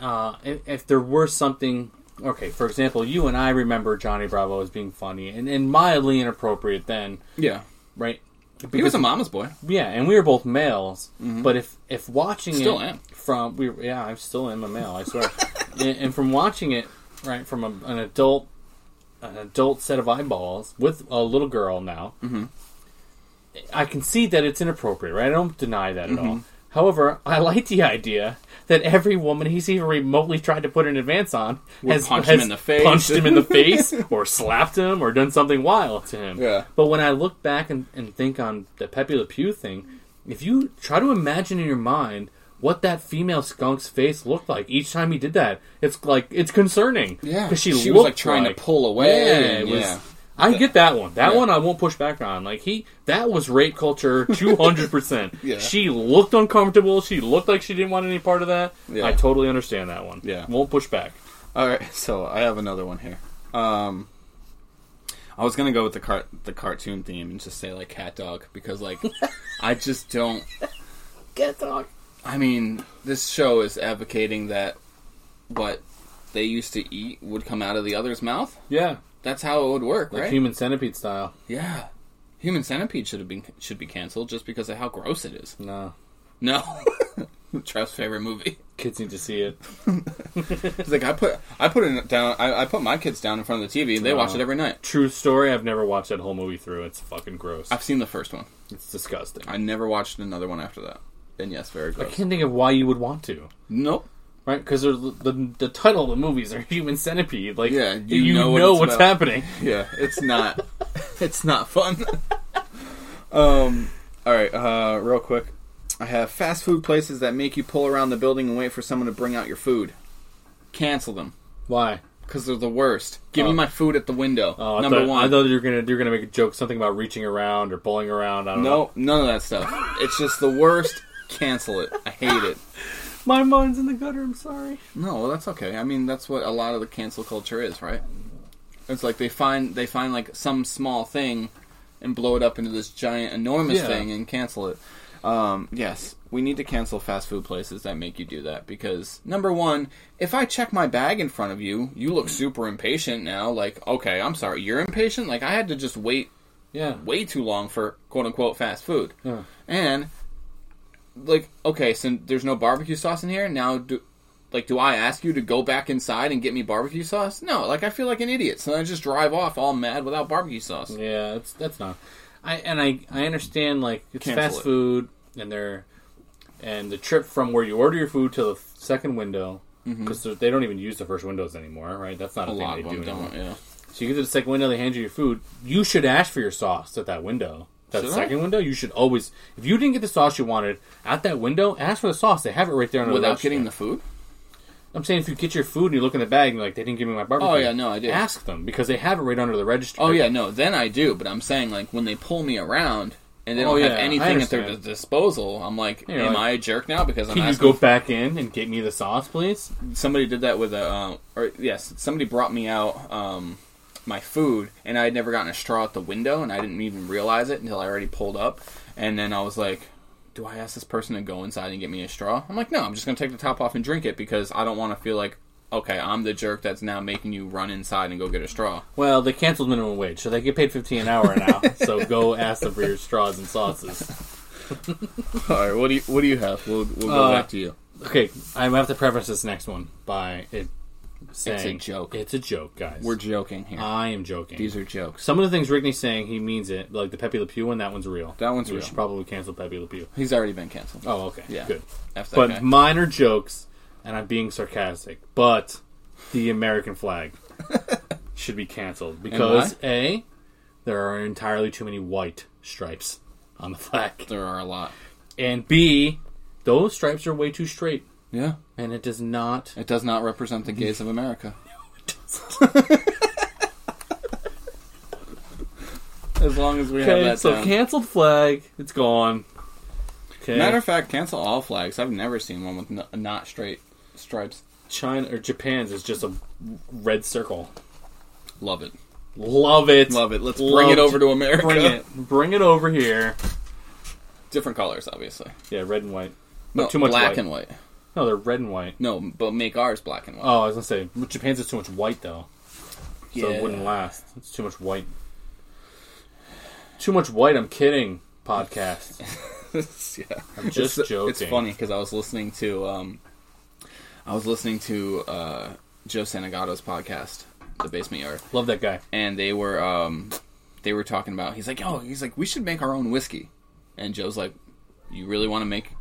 B: uh, if, if there were something okay, for example, you and I remember Johnny Bravo as being funny and, and mildly inappropriate then,
A: Yeah.
B: right?
A: He was a mama's boy.
B: yeah, and we were both males. But if if watching
A: Mm-hmm. Still
B: it
A: am.
B: from we yeah, I still am a male, I swear. and, and from watching it right from a, an adult an adult set of eyeballs with a little girl now,
A: Mm-hmm.
B: I can see that it's inappropriate. Right, I don't deny that
A: Mm-hmm.
B: at all. However, I like the idea that every woman he's even remotely tried to put an advance on has
A: punch
B: has
A: him in the face.
B: punched him in the face, or slapped him, or done something wild to him.
A: Yeah.
B: But when I look back and, and think on the Pepe Le Pew thing, if you try to imagine in your mind what that female skunk's face looked like each time he did that, it's like it's concerning.
A: Yeah.
B: because she,
A: She was,
B: looked
A: like, trying to
B: like-
A: pull away
B: Yeah, it
A: and-
B: was.
A: yeah.
B: I get that one. That
A: Yeah.
B: one I won't push back on. Like he, that was rape culture two hundred percent.
A: Yeah.
B: She looked uncomfortable. She looked like she didn't want any part of that.
A: Yeah.
B: I totally understand that one.
A: Yeah.
B: won't push back.
A: All right, so I have another one here. Um, I was gonna go with the car- the cartoon theme and just say like cat dog because like I just don't
B: Get dog.
A: I mean, this show is advocating that what they used to eat would come out of the other's mouth.
B: Yeah,
A: That's how it would work,
B: like
A: right?
B: human centipede style.
A: yeah. Human Centipede should have been should be canceled just because of how gross it is.
B: No,
A: No. Trev's favorite movie.
B: kids need to see it.
A: It's like I put I put it down I, I put my kids down in front of the TV. They watch
B: Aw.
A: it every night.
B: True story. I've never watched that whole movie through. It's fucking gross.
A: I've seen the first one.
B: It's disgusting. I
A: I never watched another one after that. And yes, very gross.
B: can't think of why you would want to.
A: Nope.
B: Right, because the, the the title of the movies are Human Centipede. Like,
A: Yeah,
B: you,
A: you
B: know,
A: know what it's
B: what's
A: about.
B: happening.
A: Yeah, it's not. it's not fun. um. All right. Uh. Real quick, I have fast food places that make you pull around the building and wait for someone to bring out your food. Cancel them
B: Why?
A: because they're the worst. Give
B: Oh.
A: me my food at the window.
B: Oh, I
A: Number
B: thought,
A: one.
B: I thought you were gonna you're gonna make a joke something about reaching around or pulling around. I don't know.
A: no, none of that stuff. it's just the worst. Cancel it. I hate it.
B: My mind's in the gutter. I'm sorry.
A: No, well, that's okay. I mean, that's what a lot of the cancel culture is, right? It's like they find they find like some small thing and blow it up into this giant enormous
B: Yeah.
A: thing and cancel it. Um, yes, we need to cancel fast food places that make you do that because number one, if I check my bag in front of you, you look super impatient now. Like, okay, I'm sorry, you're impatient. Like, I had to just wait
B: Yeah.
A: way too long for quote unquote fast food.
B: Yeah.
A: And like, okay, so there's no barbecue sauce in here. Now do like do I ask you to go back inside and get me barbecue sauce? No, like I feel like an idiot. So I just drive off all mad without barbecue sauce.
B: Yeah. That's that's not. I and I I understand like it's
A: Cancel
B: fast
A: it.
B: food and they're and the trip from where you order your food to the second window because they don't even use the first windows anymore, right? That's not a,
A: Mm-hmm. A
B: thing
A: lot
B: they
A: of
B: do
A: them
B: anymore.
A: don't. Yeah.
B: So you get to the second window, they hand you your food. You should ask for your sauce at that window. That
A: Should I?
B: second window, you should always. If you didn't get the sauce you wanted at that window, ask for the sauce. They have it right there on
A: Without
B: the register.
A: getting the food.
B: I'm saying if you get your food and you look in the bag and you're like, they didn't give me my barbecue.
A: Oh, yeah, no, I did.
B: Ask them because they have it right under the register.
A: Oh yeah, no. Then I do, but I'm saying like when they pull me around and they
B: Oh,
A: don't
B: yeah,
A: have
B: I
A: anything at their
B: understand.
A: disposal, I'm like,
B: You're
A: am
B: like,
A: I a jerk now because I'm
B: Can you
A: asking
B: go back in and get me the sauce, please?
A: somebody did that with a um, or yes somebody brought me out um, my food and i had never gotten a straw at the window and i didn't even realize it until i already pulled up and then i was like do i ask this person to go inside and get me a straw i'm like no i'm just going to take the top off and drink it because i don't want to feel like okay i'm the jerk that's now making you run inside and go get a straw
B: Well, they canceled minimum wage, so they get paid 15 an hour now. so go ask them for your straws and sauces.
A: All right, what do you what do you have? We'll, we'll go
B: Uh,
A: back to you.
B: Okay, I have to preface this next one by it saying
A: joke.
B: It's a joke, guys.
A: We're joking here.
B: I am joking.
A: These are jokes.
B: Some of the things Rickney's saying, he means it. Like the Pepe Le Pew one, that one's real.
A: That one's
B: we
A: real.
B: should probably cancel Pepe Le Pew.
A: He's already been canceled.
B: Oh, okay.
A: Yeah.
B: Good.
A: F that
B: But
A: guy.
B: mine are jokes, and I'm being sarcastic. But the American flag should be canceled because a there are entirely too many white stripes on the flag,
A: there are a lot.
B: and b those stripes are way too straight,
A: Yeah,
B: and it does not.
A: it does not represent the gaze of America. as long as we have
B: Okay,
A: that
B: so
A: down.
B: canceled flag. It's gone. Okay.
A: Matter of fact, cancel all flags. I've never seen one with n- not straight stripes.
B: China or Japan's is just a red circle.
A: Love it.
B: Love it.
A: Love it. Let's bring it
B: Loved-
A: over to America.
B: Bring it. Bring it over here.
A: Different colors, obviously.
B: Yeah, red and white.
A: No,
B: too much
A: black
B: white.
A: and white.
B: No, they're red and white.
A: No, but make ours black and white.
B: Oh, I was gonna say Japan's is too much white though, so it wouldn't last. It's too much white. Too much white. I'm kidding. Podcast.
A: yeah.
B: I'm just
A: it's,
B: joking.
A: It's funny because I was listening to um, I was listening to uh, Joe Sanagato's podcast, The Basement Yard,
B: Love that guy.
A: and they were um, they were talking about. He's like, oh, he's like, we should make our own whiskey, and Joe's like, you really want to make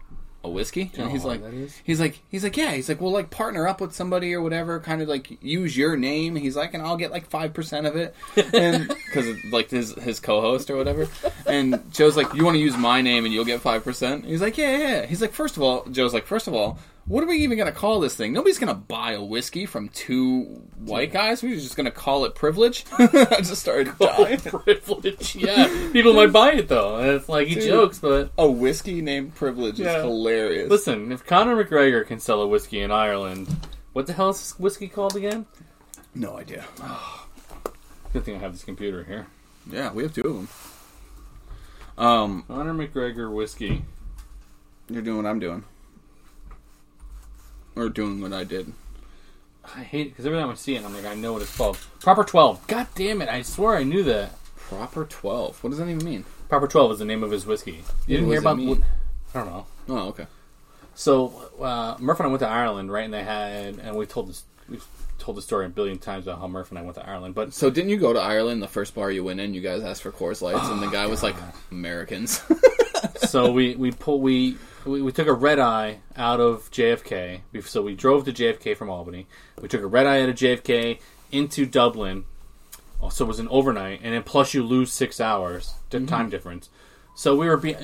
A: a whiskey?
B: know
A: And he's
B: how
A: like,
B: hard Oh, that is?
A: he's like, he's like, yeah, he's like, we'll like partner up with somebody or whatever, kind of like use your name. He's like, and I'll get like five percent of it, and because like his his co-host or whatever. And Joe's like, you want to use my name and you'll get five percent. He's like, yeah, yeah. yeah." He's like, first of all, Joe's like, first of all. What are we even gonna call this thing? Nobody's gonna buy a whiskey from two white guys. We're just gonna call it privilege. I just started dying.
B: Privilege. Yeah, people might buy it though. And It's like he
A: Dude.
B: jokes, but
A: A whiskey named privilege
B: Yeah.
A: is hilarious.
B: listen, if Conor McGregor can sell a whiskey in Ireland, what the hell is this whiskey called again?
A: No idea.
B: Good thing I have this computer here.
A: Yeah, we have two of them. Um,
B: Conor McGregor whiskey.
A: You're doing what I'm doing. Or doing what I did.
B: I hate it because every time I see it, I'm like, I know what it's called. Proper 12. God damn it, I swear I knew that.
A: Proper 12. What does that even mean?
B: Proper 12 is the name of his whiskey. You didn't
A: what
B: hear
A: does it
B: about
A: mean?
B: I don't know.
A: Oh, okay.
B: So, uh, Murph and I went to Ireland, right? And they had, and we told this, we've told the story a billion times about how Murph and I went to Ireland, but
A: So didn't you go to Ireland the first bar you went in? You guys asked for Coors Lights, and the guy was like, "Americans."
B: so we we pull we, we we took a red eye out of JFK. We, so we drove to JFK from Albany. We took a red eye out of JFK into Dublin. So it was an overnight, and then plus you lose six hours to time difference. So we were be-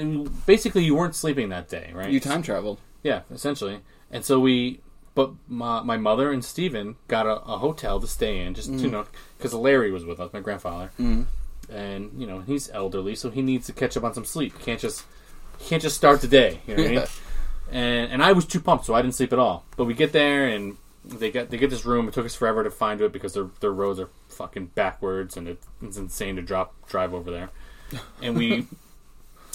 B: basically you weren't sleeping that day, right?
A: you time traveled.
B: Yeah, essentially. And so we, but my, my mother and Steven got a, a hotel to stay in, just you know, because Larry was with us, my grandfather, mm. and you know he's elderly, so he needs to catch up on some sleep. Can't just can't just start the day, you know what I mean?
A: Yeah.
B: And and I was too pumped, so I didn't sleep at all. But we get there and they get they get this room. It took us forever to find it because their their roads are fucking backwards, and it, it's insane to drop drive over there. And we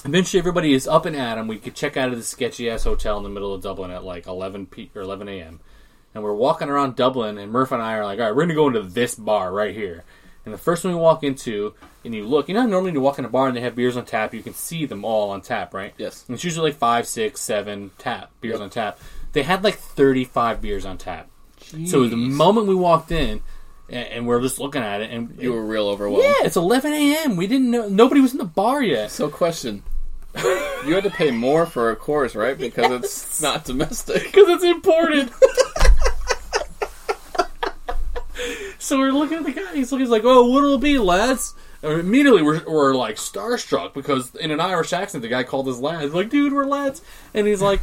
B: Eventually, everybody is up and at 'em. We could check out of the sketchy ass hotel in the middle of Dublin at like 11 p or 11 a.m. And we're walking around Dublin, and Murph and I are like, "All right, we're gonna go into this bar right here." And the first one we walk into, and you look, you know, how normally you walk in a bar and they have beers on tap. You can see them all on tap, right?
A: Yes.
B: And it's usually like five, six, seven tap beers on tap. They had like 35 beers on tap. So the moment we walked in, a- and we're just looking at it, and
A: You were real overwhelmed.
B: yeah, it's 11 a.m. We didn't know nobody was in the bar yet.
A: So, question: You had to pay more for a Coors, right? Because it's not domestic.
B: Because it's imported. so we're looking at the guy. He's looking he's like, oh, what'll it be, lads? And immediately we're, we're like starstruck because in an Irish accent, the guy called us lads. He's like, dude, we're lads. And he's like,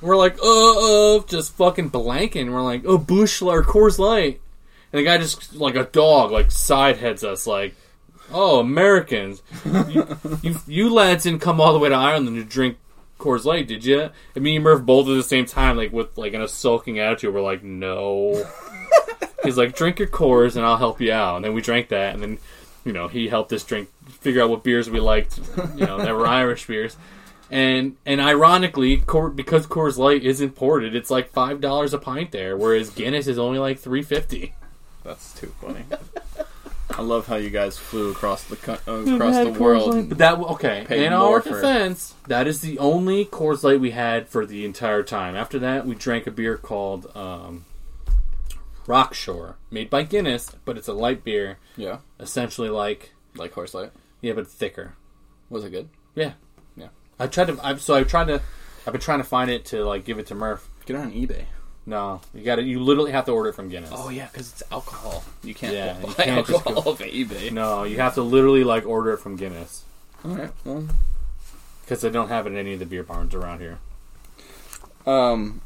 B: we're like, uh, uh, just fucking blanking. We're like, oh, Bush Light or Coors Light. And the guy just, like a dog, like side heads us, like, oh, Americans. you, you, you lads didn't come all the way to Ireland to drink Coors Light, did you? And me and Murph both at the same time, like with like an a sulking attitude, we're like, no. He's like, drink your Coors and I'll help you out. And then we drank that, and then you know he helped us drink, figure out what beers we liked, you know, that were Irish beers. And and ironically, Coor, because Coors Light is imported, it's like five dollars a pint there, whereas Guinness is only like three fifty.
A: That's too funny. I love how you guys flew across the co- uh, across the world.
B: But
A: and-
B: that okay.
A: Paid
B: In our
A: more for-
B: defense, that is the only Coors Light we had for the entire time. After that, we drank a beer called um, Rockshore, made by Guinness, but it's a light beer,
A: yeah,
B: essentially like
A: like horse light.
B: yeah, but thicker.
A: Was it good?
B: Yeah,
A: Yeah.
B: I tried to. I've, so I tried to. I've been trying to find it to like give it to Murph.
A: Get it on eBay.
B: No, you got to You literally have to order it from Guinness.
A: Oh yeah, because it's alcohol. You can't
B: Yeah,
A: buy
B: you can't just go-
A: alcohol off of eBay.
B: No, you have to literally like order it from Guinness
A: All right. Well,
B: because they don't have it in any of the beer barns around here.
A: Um,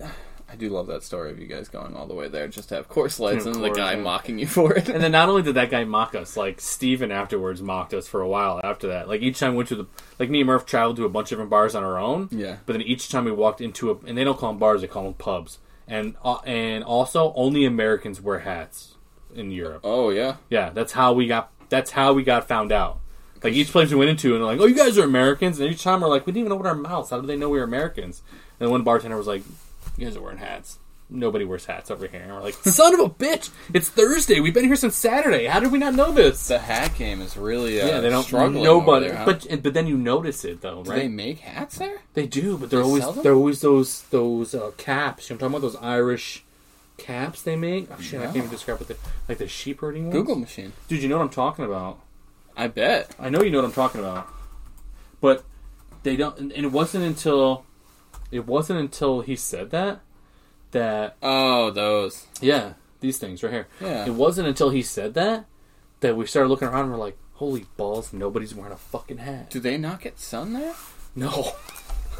A: I do love that story of you guys going all the way there just to have course lights
B: Of
A: and the
B: course,
A: guy
B: yeah.
A: mocking you for it.
B: And then not only did that guy mock us, like Steven afterwards mocked us for a while after that. Like each time we went to the like me and Murph traveled to a bunch of different bars on our own.
A: Yeah.
B: But then each time we walked into a and they don't call them bars, they call them pubs. And uh, and also only Americans wear hats in Europe.
A: oh yeah,
B: Yeah, that's how we got that's how we got found out. Like each place we went into and they're like, "Oh, you guys are Americans." And each time we're like, "We didn't even open our mouths. How do they know we were Americans?" And one bartender was like, "You guys are wearing hats." Nobody wears hats over here. And we're like, son of a bitch! It's Thursday. We've been here since Saturday. How did we not know this?
A: the hat game is really uh,
B: yeah, they don't.
A: struggling.
B: Nobody.
A: over there, huh?
B: But but then you notice it though,
A: do
B: right?
A: they make hats there?
B: They do, but they're
A: They
B: always
A: sell them?
B: they're always those those uh, caps. You know, what I'm talking about those Irish caps they make. Oh shit, I can't even describe what they like the sheep herding ones.
A: Google machine.
B: dude, you know what I'm talking about.
A: I bet.
B: I know you know what I'm talking about, but they don't. And and it wasn't until it wasn't until he said that that
A: Oh, those.
B: yeah, these things right here.
A: Yeah.
B: It wasn't until he said that that we started looking around. and We're like, holy balls, nobody's wearing a fucking hat.
A: Do they not get sun there?
B: No,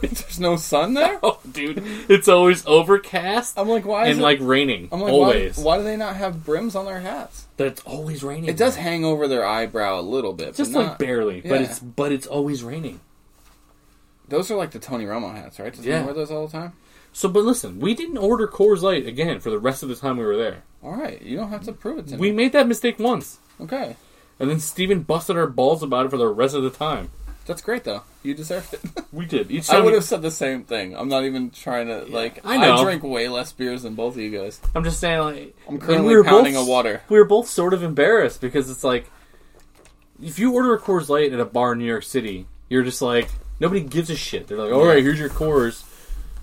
A: There's no sun there.
B: oh dude, it's always overcast
A: I'm like, why? Is
B: and
A: it-
B: like raining.
A: I'm like,
B: always.
A: Why, why do they not have brims on their hats?
B: That's always raining.
A: It does
B: there.
A: hang over their eyebrow a little bit,
B: just
A: but
B: like
A: not-
B: barely, but
A: Yeah.
B: it's but it's always raining.
A: Those are like the Tony Romo hats, right? Does
B: Yeah.
A: he wear those all the time?
B: So, but listen, we didn't order Coors Light again for the rest of the time we were there.
A: All right, you don't have to prove it to
B: We
A: me.
B: made that mistake once.
A: Okay.
B: And then Steven busted our balls about it for the rest of the time.
A: That's great though. You deserved it.
B: We did. Each
A: I
B: time
A: would
B: we-
A: have said the same thing. I'm not even trying to like.
B: I
A: I,
B: know.
A: drink way less beers than both of you guys.
B: I'm just saying like
A: I'm
B: and
A: currently
B: were
A: pounding
B: both,
A: a water.
B: We were both sort of embarrassed because it's like if you order a Coors Light at a bar in New York City, you're just like nobody gives a shit. They're like, "All right,
A: Yeah.
B: here's your Coors."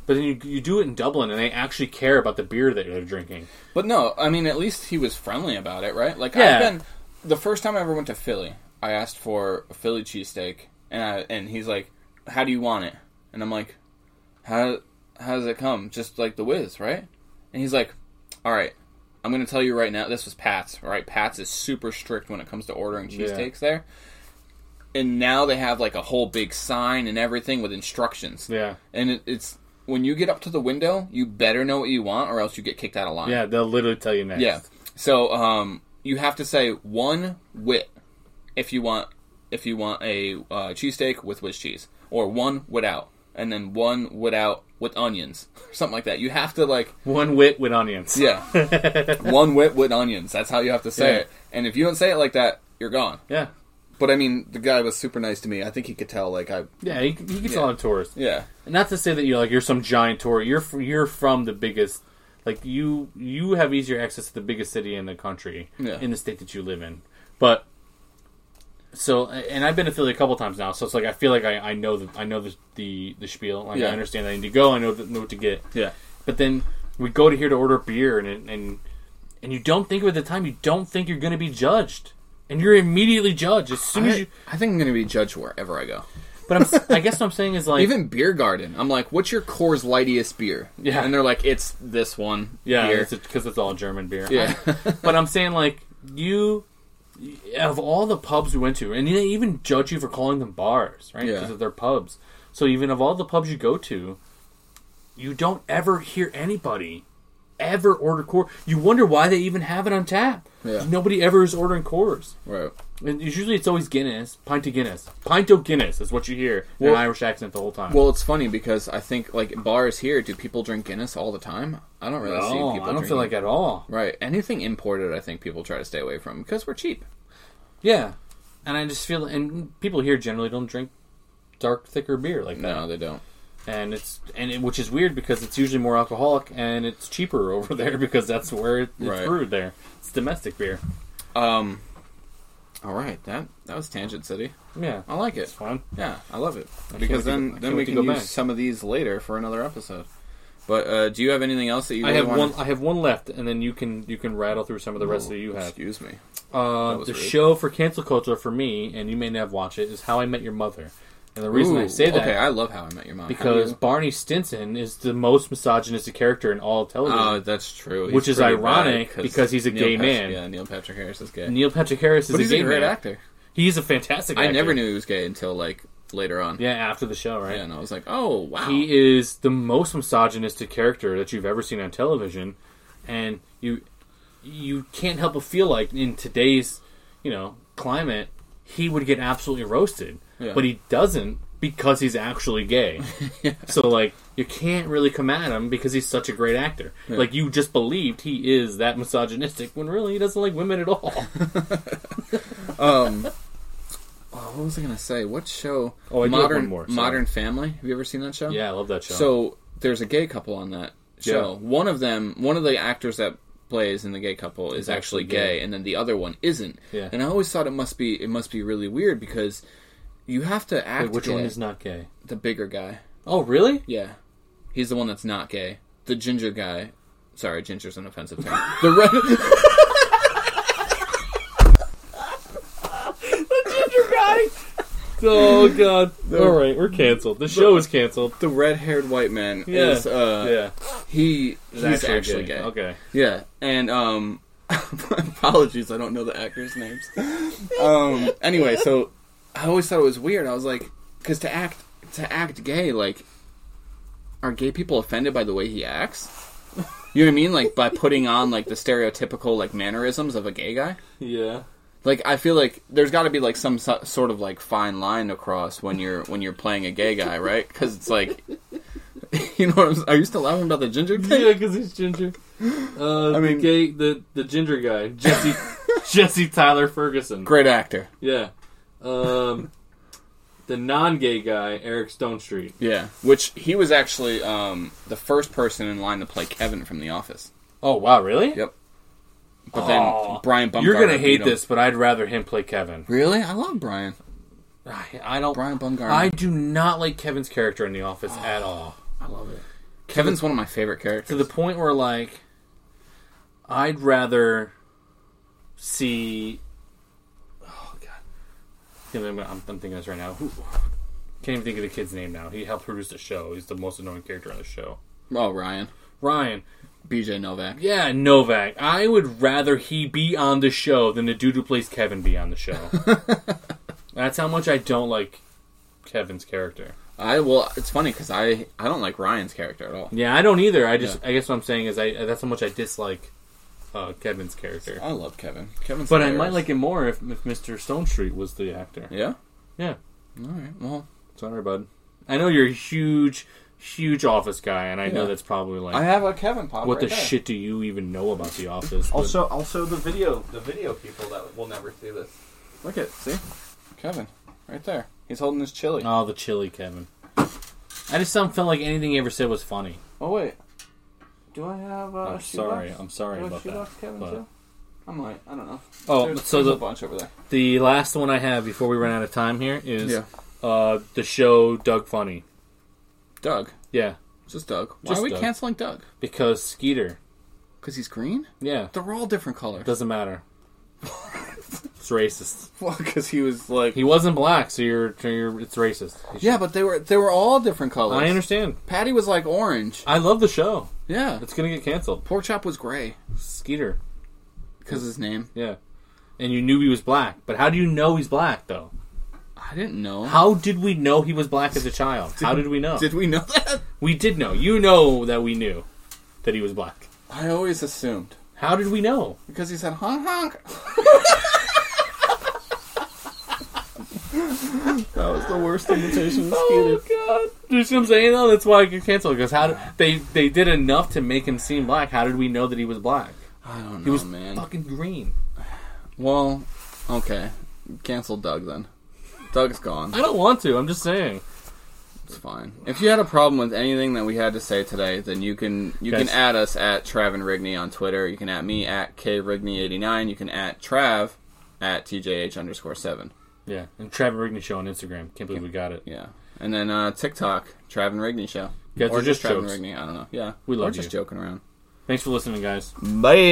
B: But then you, you do it in Dublin and they actually care about the beer that they're drinking.
A: But no, I mean, at least he was friendly about it, right? Like
B: Yeah.
A: I've been the first time I ever went to Philly, I asked for a Philly cheesesteak, and I, and he's like, "How do you want it?" And I'm like, "How how does it come? Just like the whiz, right?" And he's like, "All right." I'm going to tell you right now, this was Pat's, all right? Pat's is super strict when it comes to ordering cheesesteaks there. And now they have like a whole big sign and everything with instructions.
B: Yeah.
A: And it, it's when you get up to the window, you better know what you want, or else you get kicked out of line.
B: Yeah, they'll literally tell you next.
A: Yeah. So um, you have to say one wit if you want if you want a uh, cheesesteak with Swiss cheese, or one without, and then one without with onions, or something like that. You have to like
B: One wit with onions.
A: yeah, one wit with onions. That's how you have to say
B: Yeah.
A: it. And if you don't say it like that, you're gone.
B: Yeah.
A: But I mean, the guy was super nice to me. I think he could tell. Like I
B: Yeah, he, he gets
A: Yeah.
B: a lot of tourists.
A: yeah.
B: not to say that you're like you're some giant tour. You're f- you're from the biggest, like you you have easier access to the biggest city in the country
A: Yeah.
B: in the state that you live in. But so and I've been to Philly a couple times now, so it's like I feel like I, I know the I know the the, the spiel. Like
A: Yeah.
B: I understand I need to go. I know, the, know what to get.
A: Yeah.
B: But then we go to here to order beer, and it- and and you don't think of it at the time. You don't think you're going to be judged, and you're immediately judged as soon as
A: I,
B: you.
A: I think I'm gonna be judged wherever I go.
B: But I'm, s- I guess what I'm saying is like
A: Even beer garden. I'm like, what's your Coors Lightiest beer?
B: Yeah.
A: And they're like, it's this one.
B: Yeah,
A: beer.
B: because it's, all German beer.
A: Yeah.
B: but I'm saying like you, of all the pubs we went to, and they even judge you for calling them bars, right?
A: Yeah.
B: Because they're pubs. So even of all the pubs you go to, you don't ever hear anybody ever order core. You wonder why they even have it on tap.
A: Yeah.
B: Nobody ever is ordering cores.
A: right.
B: And it's usually it's always Guinness, pint of Guinness, pint of Guinness is what you hear in an
A: Well-
B: Irish accent the whole time.
A: Well, it's funny because I think like bars here, do people drink Guinness all the time? I don't really see people.
B: no, Oh, I don't
A: drinking.
B: feel like at all.
A: right. Anything imported, I think people try to stay away from because we're cheap.
B: Yeah, and I just feel and people here generally don't drink dark, thicker beer like that.
A: No, they don't.
B: and it's and it, which is weird because it's usually more alcoholic and it's cheaper over there because that's where it, it's
A: Right.
B: brewed. There, it's domestic beer.
A: Um, all right, that that was Tangent City.
B: Yeah,
A: I like it.
B: it's fun.
A: Yeah, I love it
B: can't
A: because
B: wait to
A: then
B: go- I
A: then
B: can't
A: we
B: wait to
A: can
B: go
A: use
B: back.
A: some of these later for another episode. But uh, do you have anything else that you?
B: I
A: really
B: have
A: wanna-
B: one. I have one left, and then you can you can rattle through some of the rest that you have.
A: Excuse me.
B: Uh,
A: was
B: the
A: rude.
B: show for cancel culture for me, and you may not watch it, is How I Met Your Mother. And the reason I
A: Ooh,
B: say that
A: Okay, I love How I Met Your Mom. How do
B: because
A: you-
B: Barney Stinson is the most misogynistic character in all of television.
A: Oh, that's true.
B: Which
A: He's
B: is
A: pretty bad
B: ironic
A: 'cause
B: because he's a
A: Neil
B: gay
A: Pat-
B: man.
A: Yeah, Neil Patrick Harris is gay.
B: Neil Patrick Harris is
A: but
B: a
A: he's
B: gay
A: a great
B: man.
A: actor.
B: He's a fantastic.
A: I
B: actor.
A: never knew he was gay until like later on.
B: Yeah, after the show, right?
A: and I was like, oh wow.
B: He is the most misogynistic character that you've ever seen on television, and you you can't help but feel like in today's you know climate he would get absolutely roasted,
A: Yeah.
B: but he doesn't because he's actually gay. So like you can't really come at him because he's such a great actor. Like you just believed he is that misogynistic when really he doesn't like women at all.
A: Oh, what was I gonna say? What show?
B: Oh, I do have
A: modern
B: one more, sorry.
A: Modern Family. Have you ever seen that show?
B: yeah, I love that show.
A: So there's a gay couple on that show. One of them, one of the actors that plays in the gay couple is actually gay, and then the other one isn't.
B: Yeah.
A: And I always thought it must be it must be really weird because you have to act.
B: Wait, which
A: gay.
B: one is not gay?
A: the bigger guy?
B: Oh, really?
A: Yeah, he's the one that's not gay. The ginger guy. Sorry, ginger's an offensive term. The red.
B: Oh god! All right, we're canceled. The show is canceled.
A: the red-haired white man
B: Yeah.
A: is uh
B: yeah,
A: he he's actually, gay.
B: Okay,
A: Yeah, and um, apologies, I don't know the actors' names. um, anyway, so I always thought it was weird. I was like, because to act to act gay, like, are gay people offended by the way he acts? You know what I mean? Like by putting on like the stereotypical like mannerisms of a gay guy.
B: yeah,
A: Like I feel like there's got to be like some so- sort of like fine line across when you're when you're playing a gay guy, right? Because it's like, you know, what I'm, s- are you still laughing about the ginger thing?
B: yeah, because he's ginger. Uh,
A: I
B: I mean,
A: mean-
B: the gay, the the ginger guy, Jesse Jesse Tyler Ferguson.
A: Great actor.
B: Yeah, um, the non-gay guy, Eric Stone Street.
A: Yeah, which he was actually um, the first person in line to play Kevin from The Office.
B: Oh wow, really?
A: Yep. But
B: Aw.
A: then Brian Bumgarner.
B: You're gonna hate
A: beat him.
B: this, but I'd rather him play Kevin.
A: Really, I love Brian.
B: I, I don't.
A: Brian Bumgarner.
B: I do not like Kevin's character in The Office at all.
A: I love it. Kevin's one of my favorite characters.
B: to the point where like I'd rather see. Oh God, Can't remember- I'm, I'm thinking of this right now. Who- Can't even think of the kid's name now. He helped produce the show. He's the most annoying character on the show.
A: oh, Ryan,
B: Ryan,
A: BJ Novak.
B: yeah, Novak. I would rather he be on the show than the dude who plays Kevin be on the show. That's how much I don't like Kevin's character.
A: I well, it's funny because I I don't like Ryan's character at all.
B: Yeah, I don't either. I just, I guess what I'm saying is, I that's how much I dislike uh, Kevin's character.
A: I love Kevin. Kevin's.
B: But I might
A: hilarious.
B: like it more if, if Mr. Stone Street was the actor.
A: Yeah.
B: Yeah.
A: All right. Well,
B: Sorry, bud. I know you're a huge, huge office guy, and I know
A: Yeah.
B: that's probably like,
A: I have a Kevin pop.
B: what
A: right
B: the
A: there.
B: shit do you even know about the office? But-
C: Also, also the video, the video people that will never see this.
A: Look at see, Kevin, right there. He's holding his chili.
B: oh, the chili, Kevin. I just don't feel like anything he ever said was funny.
A: oh wait,
C: Do I have? Uh,
A: Oh,
B: I'm sorry. I'm sorry about that. but-
A: I'm like I don't know.
B: Oh,
A: There's-
B: so
A: there's a
B: the
A: bunch over there.
B: the last one I have before we run out of time here is
A: Yeah.
B: uh, the show Doug Funny.
A: Doug.
B: Yeah,
A: Just Doug. Why
B: Just
A: are we
B: Doug.
A: canceling Doug?
B: because Skeeter.
A: Because he's green?
B: Yeah,
A: They're all different colors.
B: doesn't matter. it's racist.
A: Well, because he was like.
B: He wasn't black, so you're, you're it's racist.
A: yeah, but they were they were all different colors.
B: I understand.
A: Patty was like orange.
B: I love the show.
A: Yeah.
B: It's gonna get canceled.
A: Pork chop was gray
B: Skeeter,
A: because his name.
B: yeah. And you knew he was black, but how do you know he's black though?
A: I didn't know.
B: How did we know he was black as a child? How did we know?
A: did we know that?
B: we did know. You know that we knew that he was black.
A: I always assumed
B: How did we know?
A: because he said honk honk. that was the worst imitation of Skeeter.
B: Oh, God! You see what I'm saying? Though that's why it got canceled because how did, they they did enough to make him seem black. How did we know that he was black?
A: I don't know,
B: He was
A: man.
B: fucking green.
A: Well, okay, cancel Doug then. Doug's gone.
B: I don't want to. I'm just saying.
A: It's fine. If you had a problem with anything that we had to say today, then you can you
B: Guys.
A: can add us at Travin Rigney on Twitter. You can at me at krigney89. You can at Trav at tjh underscore seven.
B: Yeah, and Trevor Rigney show on Instagram. Can't believe we got it.
A: Yeah, and then uh, TikTok Travin Rigney show
B: Guys,
A: or
B: we're
A: just
B: just
A: Travin
B: jokes.
A: Rigney. I don't know. Yeah,
B: We
A: We're
B: love
A: just
B: you.
A: joking around.
B: Thanks for listening, guys.
A: Bye.